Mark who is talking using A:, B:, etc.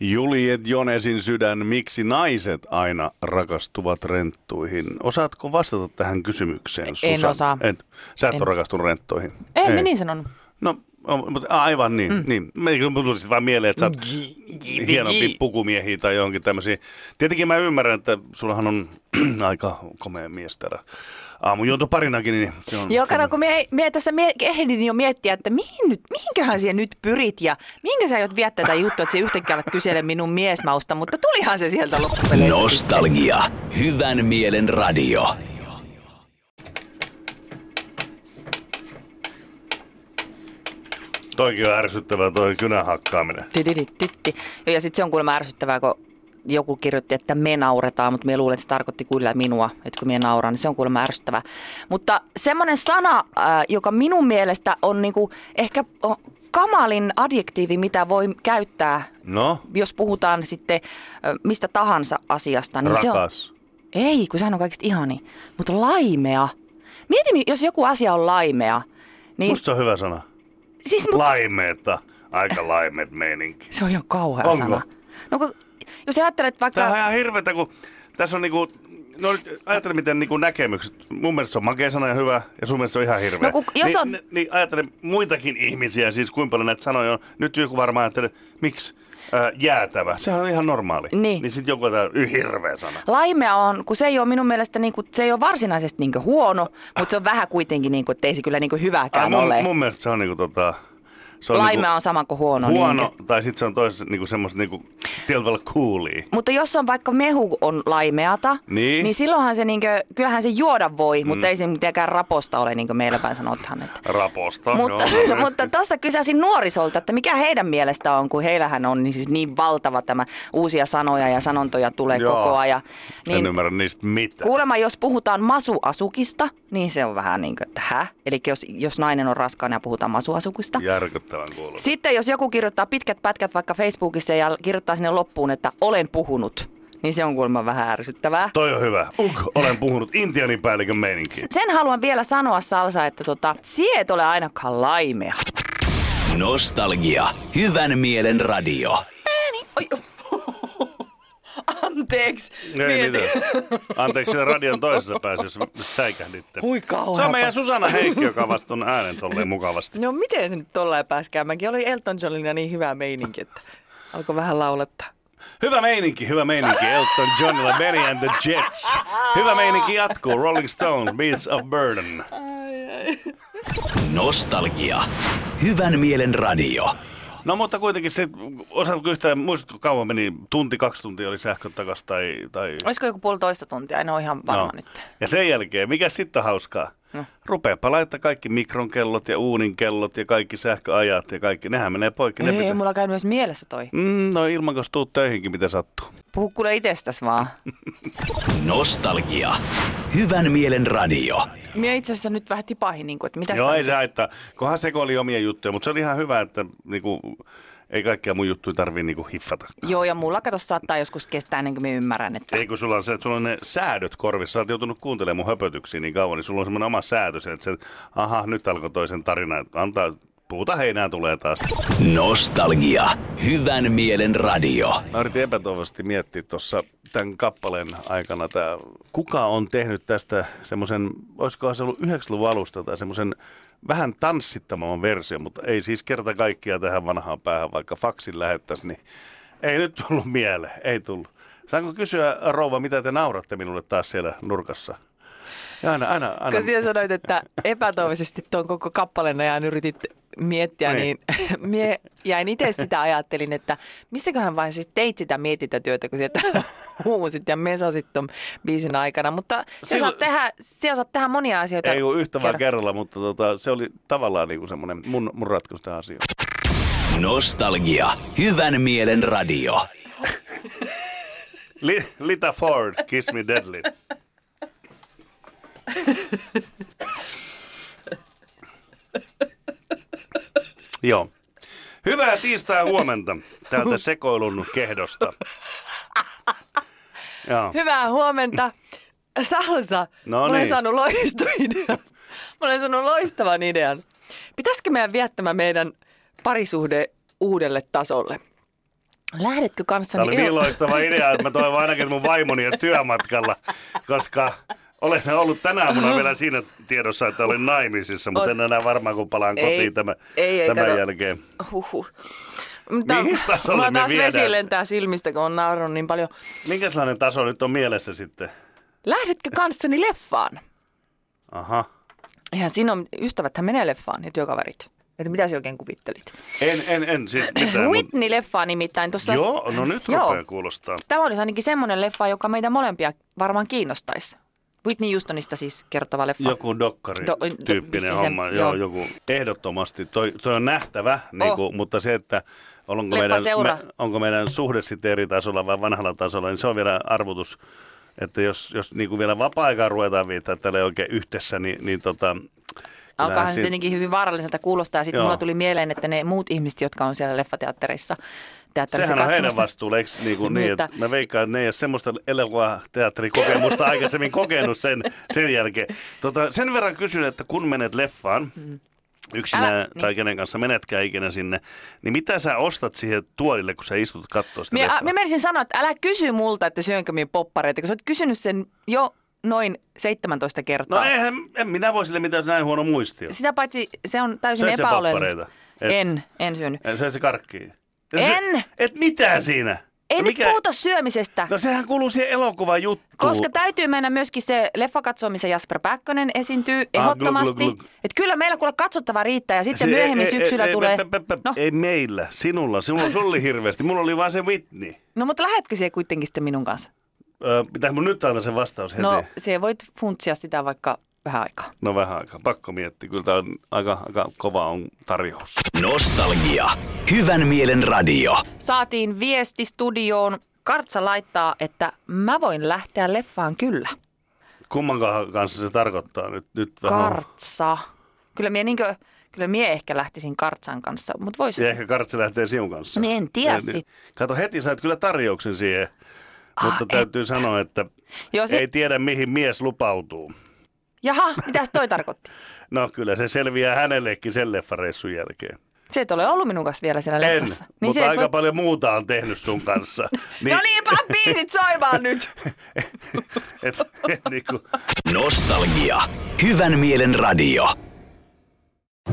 A: Juliet Jonesin sydän, miksi naiset aina rakastuvat renttuihin? Osaatko vastata tähän kysymykseen, Susan?
B: osaa.
A: Et, sä et
B: En.
A: ole rakastunut renttuihin.
B: Ei, Ei. niin sanon.
A: No, o- mutta aivan niin. Mm. niin. Meikö tuli sitten vaan mieleen, että sä oot hienompi pukumiehiä tai johonkin tämmöisiä. Tietenkin mä ymmärrän, että sullahan on aika komea mies täällä aamujounto parinakin, niin se on...
B: Joo,
A: se on-
B: kato, kun mie, mie tässä mie, ehdin jo miettiä, että mihin nyt, mihinköhän siellä nyt pyrit ja minkä sä aiot viettää tätä juttua, että se yhtäkkiä alat kysele minun miesmausta, mutta tulihan se sieltä loppupeleissä.
C: Nostalgia. Hyvän mielen radio.
A: Toikin on ärsyttävää toi kynän hakkaaminen.
B: Tidididitti. Joo, Ja sitten se on kuulemma ärsyttävää, kun joku kirjoitti, että me nauretaan, mutta me luulen, että se tarkoitti kyllä minua, että kun me nauraan, niin se on kuulemma ärsyttävää. Mutta semmoinen sana, ää, joka minun mielestä on niinku ehkä o, kamalin adjektiivi, mitä voi käyttää,
A: No,
B: jos puhutaan sitten ä, mistä tahansa asiasta. Niin se on,
A: rakas.
B: ei, kun sehän on kaikista ihani. Mutta laimea. Mieti, mi- jos joku asia on laimea. Niin,
A: Musta se on hyvä sana.
B: siis, mut-
A: Laimeeta. Aika laimeet meininki.
B: Se on ihan kauhea
A: Onko?
B: sana. No, kun, jos ajattelet vaikka...
A: Tämä on ihan hirveetä, kun tässä on niinku... No nyt ajattele, miten niinku näkemykset. Mun mielestä se on makea sana ja hyvä, ja sun mielestä se on ihan hirveä.
B: No kun- jos
A: niin,
B: on-
A: ni- niin ajattele muitakin ihmisiä, siis kuinka paljon näitä sanoja on. Nyt joku varmaan ajattelee, miksi äh, jäätävä. Sehän on ihan normaali.
B: Niin.
A: Niin sitten joku on hirveä sana.
B: Laimea on, kun se ei ole minun mielestä, niin kuin, se ei ole varsinaisesti niin kuin huono, mutta se on vähän kuitenkin, niin kuin, että ei se kyllä niin kuin
A: Ai,
B: hyvääkään
A: mun,
B: ole.
A: mun mielestä se on niinku tota... Se on
B: Laimea
A: niinku
B: on sama kuin huono.
A: huono,
B: niinkö?
A: tai sitten se on toisessa niinku semmoista niinku tietyllä tavalla coolia.
B: Mutta jos on vaikka mehu on laimeata,
A: Niin. Mm.
B: niin silloinhan se, niin kuin, kyllähän se juoda voi, mutta ei se mitenkään raposta ole, niin kuin meillä päin sanotaan. Että.
A: Raposta.
B: Mutta,
A: joo, no niin.
B: mutta tuossa kysäsin nuorisolta, että mikä heidän mielestä on, kun heillähän on niin, siis niin valtava tämä uusia sanoja ja sanontoja tulee
A: Joo.
B: koko ajan.
A: En
B: Niin
A: ymmärrä niistä mitään.
B: Kuulemma, jos puhutaan masuasukista, niin se on vähän niin kuin, että hä? Eli jos, jos nainen on raskaana ja puhutaan masuasukista. Ja.
A: Järkyttävän kuulosta.
B: Sitten jos joku kirjoittaa pitkät pätkät vaikka Facebookissa ja kirjoittaa sinne loppuun, että olen puhunut, niin se on kuulemma vähän ärsyttävää.
A: Toi on hyvä. Uk, olen puhunut Intianin päällikön meininkiin.
B: Sen haluan vielä sanoa, Salsa, että tota, sie et ole ainakaan laimea.
C: Nostalgia. Hyvän mielen radio.
B: Oi, Anteeksi.
A: Ei
B: Mietin.
A: mitään. Anteeksi, siellä radion toisessa päässä, jos säikähditte.
B: Hui
A: Se
B: kauheapa.
A: on meidän Susanna Heikki, joka vastaa äänen tolleen mukavasti.
B: No miten se nyt tolleen pääsi käymään? Oli Elton Johnilla niin hyvä meininki, että alkoi vähän laulettaa.
A: Hyvä meininki, hyvä meininki. Elton Johnilla Benny and the Jets. Hyvä meininki jatkuu. Rolling Stone, Beats of Burden.
C: Nostalgia. Hyvän mielen radio.
A: No mutta kuitenkin se, osaatko yhtään, muistatko kauan meni, tunti, kaksi tuntia oli sähköt takas tai... tai...
B: Olisiko joku puolitoista tuntia? En ole ihan varma no. nyt.
A: Ja sen jälkeen, mikä sitten on hauskaa? No. Rupeapa laittaa kaikki mikronkellot ja uuninkellot ja kaikki sähköajat ja kaikki. Nehän menee poikki. Ne
B: Ei,
A: pitää...
B: ei mulla käynyt edes mielessä toi.
A: mm, no ilman, kun tuut töihinkin, mitä sattuu.
B: Puhu kuule itsestäs vaan.
C: Nostalgia. Hyvän mielen radio.
B: Minä itse asiassa nyt vähän tipahin, niin kuin, että mitä
A: Joo, ei se haittaa. Kunhan se oli omia juttuja, mutta se oli ihan hyvä, että niinku, ei kaikkia mun juttuja tarvii niinku hiffata.
B: Joo, ja mulla kato saattaa joskus kestää ennen kuin mä ymmärrän, että...
A: Ei kun sulla on, se, sulla on ne säädöt korvissa, sä oot joutunut kuuntelemaan mun höpötyksiä niin kauan, niin sulla on semmoinen oma säädös, että se, aha, nyt alkoi toisen tarina, antaa puuta heinää tulee taas.
C: Nostalgia. Hyvän mielen radio.
A: Mä yritin epätoivoisesti miettiä tuossa tämän kappaleen aikana, tää, kuka on tehnyt tästä semmoisen, olisikohan se ollut 90-luvun alusta tai semmoisen vähän tanssittaman versio, mutta ei siis kerta kaikkiaan tähän vanhaan päähän, vaikka faksin lähettäisiin, niin ei nyt tullut mieleen, ei tullut. Saanko kysyä, rouva, mitä te nauratte minulle taas siellä nurkassa? Ja aina, aina, aina.
B: Kun sinä sanoit, että epätoivoisesti tuon koko kappaleen ajan yritit miettiä,
A: Niin.
B: niin, niin mie jäin itse sitä ajattelin, että missäköhän vain siis teit sitä mietintätyötä, kun sieltä huumusit ja mesasit tuon biisin aikana. Mutta sinä
A: Silloin-
B: osaat, tehdä, sinä osaat tehdä monia asioita.
A: Ei ole yhtä vaan kerralla,
B: kerralla.
A: mutta tota, se oli tavallaan niinku semmoinen mun, mun ratkaisu tähän asiaan.
C: Nostalgia. Hyvän mielen radio.
A: Li- Lita Ford, Kiss Me Deadly. Joo. Hyvää tiistai huomenta täältä sekoilun kehdosta. Joo.
B: Hyvää huomenta. Salsa,
A: No
B: mä olen
A: niin.
B: saanut loistoidean. Mä olen saanut loistavan idean. Pitäisikö meidän viettämään meidän parisuhde uudelle tasolle? Lähdetkö
A: Tämä
B: kanssani
A: oli niin loistava idea, että mä toivon ainakin mun vaimoni on työmatkalla, koska olen ollut tänä aamuna vielä siinä tiedossa, että olin naimisissa, mutta en enää varmaan kun palaan
B: Ei,
A: kotiin tämä,
B: ei, ei,
A: tämän
B: kato.
A: jälkeen.
B: Huhhuh. Mutta
A: Mihin tasolle
B: Mä
A: me
B: taas
A: viedään?
B: vesi lentää silmistä, kun on naurannut niin paljon.
A: Minkälainen taso nyt on mielessä sitten?
B: Lähdetkö kanssani leffaan?
A: Aha.
B: Eihän siinä on, ystäväthän menee leffaan ja työkaverit. Että mitä sä oikein kuvittelit?
A: En, en, en siis mitään. Mut...
B: Whitney-leffaa nimittäin tuossa...
A: Joo, no nyt rupeaa kuulostaa.
B: Tämä olisi ainakin semmoinen leffa, joka meitä molempia varmaan kiinnostaisi. Whitney Houstonista siis kertova leffa.
A: Joku dokkari
B: Do- do-
A: tyyppinen
B: siis se-
A: homma, joo,
B: joo. Oh.
A: joku ehdottomasti. Toi, toi on nähtävä, niin kuin, mutta se, että onko meidän,
B: Leppäseura.
A: onko meidän suhde sitten eri tasolla vai vanhalla tasolla, niin se on vielä arvotus. Että jos, jos niin kuin vielä vapaa-aikaa ruvetaan viittää tälle oikein yhdessä, niin, niin tota,
B: Alkaahan se
A: siitä-
B: tietenkin hyvin vaaralliselta kuulostaa. Ja sitten
A: Joo.
B: mulla tuli mieleen, että ne muut ihmiset, jotka on siellä leffateatterissa, teatterissa
A: Sehän on heidän
B: katsomassa-
A: vastuulla, eikö niin, kuin, niin että
B: Mutta-
A: mä veikkaan, että ne ei ole semmoista elokuvateatterikokemusta aikaisemmin kokenut sen, sen jälkeen. Tota, sen verran kysyn, että kun menet leffaan, yksinään
B: Mm. Älä-
A: Älä, tai
B: niin.
A: kenen kanssa menetkään ikinä sinne, niin mitä sä ostat siihen tuolille, kun sä istut katsoa sitä
B: Mie,
A: leffaa?
B: Niin, a, mä menisin sanoa, että älä kysy multa, että syönkö minä poppareita, kun sä oot kysynyt sen jo noin 17 kertaa.
A: No eihän, en minä voi sille mitään, jos näin huono muistio.
B: Sitä paitsi se on täysin
A: Söit sä
B: epäolennaista.
A: poppareita? Et. No
B: En, en syönyt.
A: Eh, Se se karkkii.
B: En!
A: Et mitä siinä?
B: Ei
A: No
B: nyt puhuta syömisestä.
A: No sehän kuuluu siihen elokuvan juttuun.
B: Koska täytyy mennä myöskin se leffa katsoa, missä Jasper Pääkkönen esiintyy
A: Ah,
B: ehdottomasti.
A: glug, glug, glug.
B: Et kyllä meillä kuule katsottavaa riittää ja sitten
A: Se- e-
B: myöhemmin
A: Siis ei- ei-
B: syksyllä
A: ei-
B: tulee...
A: pe- pe- pe-
B: No,
A: Ei meillä, sinulla. Sinulla sulla oli hirveästi. Mulla oli vaan se Whitney.
B: no mutta lähetkö siihen kuitenkin sitten minun kanssa?
A: Ö, pitää mun nyt antaa sen vastaus heti?
B: No
A: No,
B: se voit funtsia sitä vaikka vähän aikaa.
A: no vähän aikaa. Pakko miettiä. Kyllä tää on aika, aika kova on tarjous.
C: Nostalgia. Hyvän mielen radio.
B: Saatiin viesti studioon. Kartsa laittaa, että mä voin lähteä leffaan kyllä.
A: Kumman ka- kanssa se tarkoittaa nyt? nyt vähän.
B: Kartsa. Kyllä mie, niinkö, kyllä mie ehkä lähtisin Kartsan kanssa, mutta voisi.
A: Ja ehkä kartsi lähtee sinun kanssa.
B: Niin, en tiedä
A: Ja niin-
B: sit. Ah,
A: Kato, heti sait kyllä tarjouksen siihen. Mutta täytyy sanoa, että
B: Joo, se-
A: ei tiedä mihin mies lupautuu.
B: Jaha, mitäs toi tarkoitti?
A: No kyllä se selviää hänellekin sen leffareissun jälkeen.
B: Se et ole ollut minun kanssa vielä siellä
A: En,
B: leffassa.
A: niin
B: se
A: mutta
B: et
A: aika
B: voi-
A: paljon muuta on tehnyt sun kanssa.
B: No niin, pan biisit soimaan nyt.
A: et, et, niin kuin,
C: Nostalgia. Hyvän mielen radio.